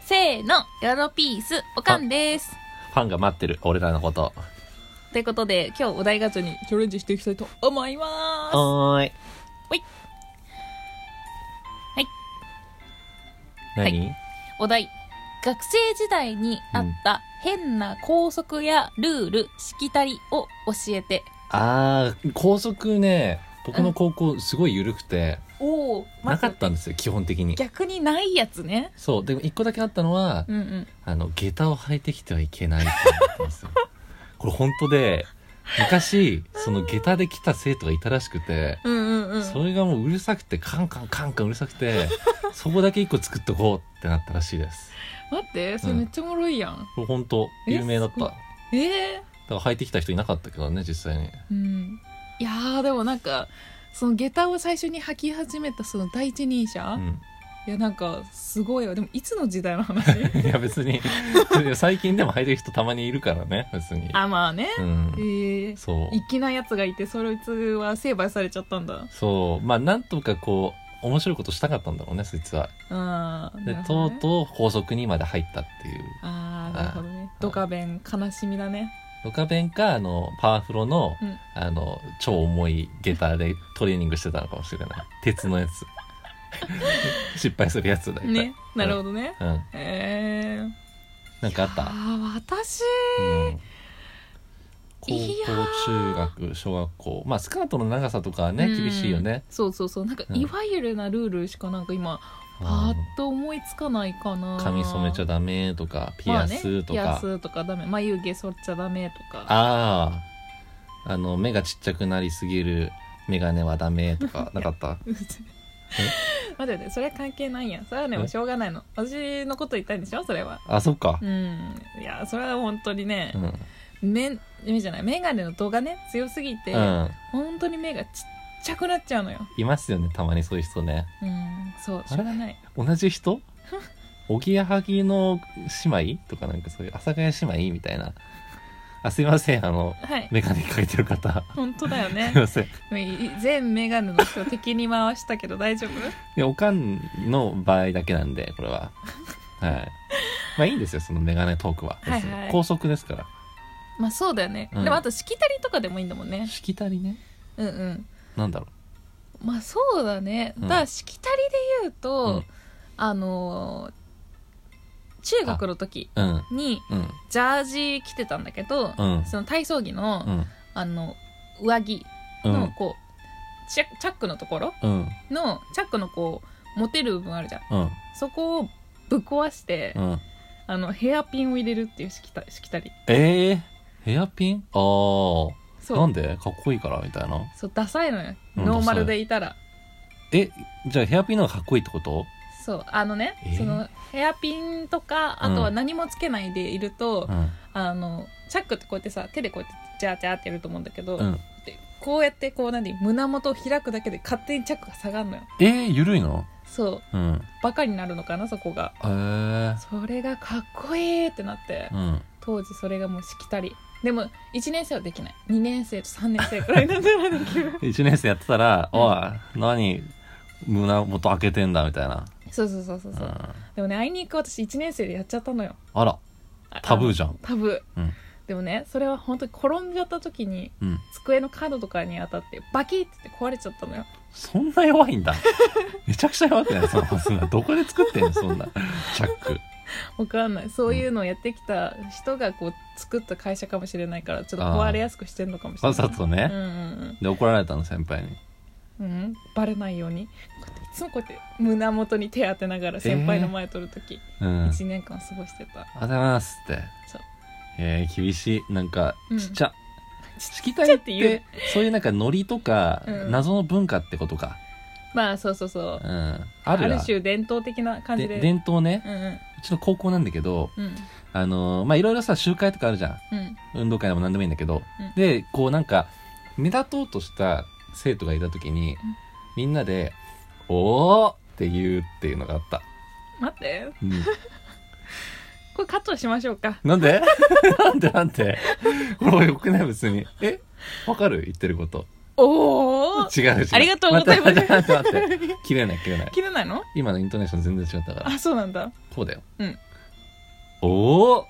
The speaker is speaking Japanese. せーの、ヨロピース、おかんです。ファンが待ってる、俺らのこと。ということで、今日お題ガチャにチャレンジしていきたいと思います。ははーい。い。何、お題。学生時代にあった変な校則やルール、しきたりを教えて。あー、校則ね、僕の高校すごい緩くて、おお、なかったんですよ、基本的に。逆にないやつね。そう。でも一個だけあったのは、うんうん。あの、下駄を履いてきてはいけないってなっ てますよ。これ本当で、昔、その下駄で来た生徒がいたらしくて、うんうんうん。それがもううるさくて、カンカンカンカンうるさ くて、そこだけ一個作っとこうってなったらしいです。待って、それめっちゃおもろいやん。これ本当、有名だっえすた。ごいだかええら履いてきた人いなかったけどね、実際に。うん。いやー、でもなんか、その下駄を最初に履き始めたその第一人者、ういやなんかすごいわでもいつの時代の話 ん。いや別に、 最近でも履いてる人たまにいるからね、別に。 あまあねうえん。ー、そう。粋なやつがいてそいつは成敗されちゃったんだそう。まあ、なんとかこう、面白いことしたかったんだろうね、そいつは。ああで、なるほとどうねとう法則にまで入ったっていう。ああなるほどねあドカベン悲しみだねドカベンか、あの、パワフロの、うんあの、超重い下駄でトレーニングしてたのかもしれない。鉄のや つ。失敗するやつだよねなるほどね、うん。ええー、なんかあったああ私うん高いや校、中学、小学校。まあ、スカートの長さとかはね、厳しいよね。うんそうそうそうなんかうんいわゆるなルールしかなんか今うんパッと思いつかないかな髪染めちゃダメとか、ピアスとか。まあね、あピアスとかダメ眉毛剃っちゃダメとか あー。あの、目がちっちゃくなりすぎるメガネはダメ とか、なかったうぜ待って待ってそれは関係ないやんそれはねもうえしょうがないの私のこと言ったんでしょそれはあ、そっかう。んいやそれは本当にねうん。うん。目目じゃない眼鏡の度がね強すぎて、本当に目がちっちゃくなっちゃうのよいますよね、たまにそういう人ね。うんそうしあょれうがない同 じ人おぎやはぎの姉妹とかなんかそういう、阿佐ヶ谷姉妹みたいな。あ、すいません、あの、はいメガネかけてる方。本当だよす いねません。全眼鏡の人を敵に回したけど大丈夫でおかんの場合だけなんで、これ は。はい。まあいいんですよ、そのメガネトークは。はいはい高速ですから。まあそうだよね、うんでもあとしきたりとかでもいいんだもんねしきたりね。うんうんなんだろまあそうだねうんだからしきたりで言うと、うんあのー中学の時う。うん。にうん。ジャージ着てたんだけど、うん。その体操着の,、うん。あの上着うのん。こうチャチャックのところうん。のチャックのこう持てる部分あるじゃんうん。そこをぶっ壊して、うん。あのヘアピンを入れるっていうしきたしきたりええヘアピンああ。そうなんでかっこいいからみたいな。そうダサいのようんノーマルでいたら、え、じゃあヘアピンの方がかっこいいってことそうあのね、えーそのヘアピンとかあとはうん何もつけないでいると、うん。あのチャックってこうやってさ手でこうやってジャージャーってやると思うんだけど、うん。でこうやってこう何胸元を開くだけで勝手にチャックが下がるのよえー、ゆるいのそううん。バカになるのかなそこがええそれがかっこいいってなってうん。当時それがもうしきたりでも1年生はできない2年生と3年生くらいになったらできる一年生やってたら、おい、何、胸元開けてんだみたいな。。そうそうそうそううんそうあでもねあいにく私1年生でやっちゃったのよら、あタあブーのじゃん。タブー、うんでもねそれは本当に転んじゃった時にうん。机の角とかに当たってバキッって壊れちゃったのよそんな弱いんだ。めちゃくちゃ弱くないそのマスナー。どこで作ってんのそんな。チャック。わかんないそういうのをやってきた人がこう作った会社かもしれないからちょっと壊れやすくしてんのかもしれわないざとうねん。うんで、怒られたの、先輩に。うん、うん、バレないようにこうやっていつもこうやって胸元に手当てながら先輩の前取るとき、うん。 1年間過ごしてたあざますって。そうえー、厳しい。なんかう、んちっちゃ。ちしっきちゃたいりっって言うて、そういうなんかノリとか、うん謎の文化ってことか。まあそうそうそううん。あるあわる種伝統的な感じでで伝統ね。うんうんうちの高校なんだけど、うんあのーまあ、いろいろさ、集会とかあるじゃん。うん運動会でも何でもいいんだけど、うんでこうなんか目立とうとした生徒がいた時に、んみんなで「おお!」って言うっていうのがあった、待ってうん、これカットしましょうかなんで なんでなんでこれよくない別にえわかる言ってることおお違う違うありがとうございます待って待 って待って待って切れない切れない切れないの今のイントネーション全然違ったからあそうなんだこうだようんおお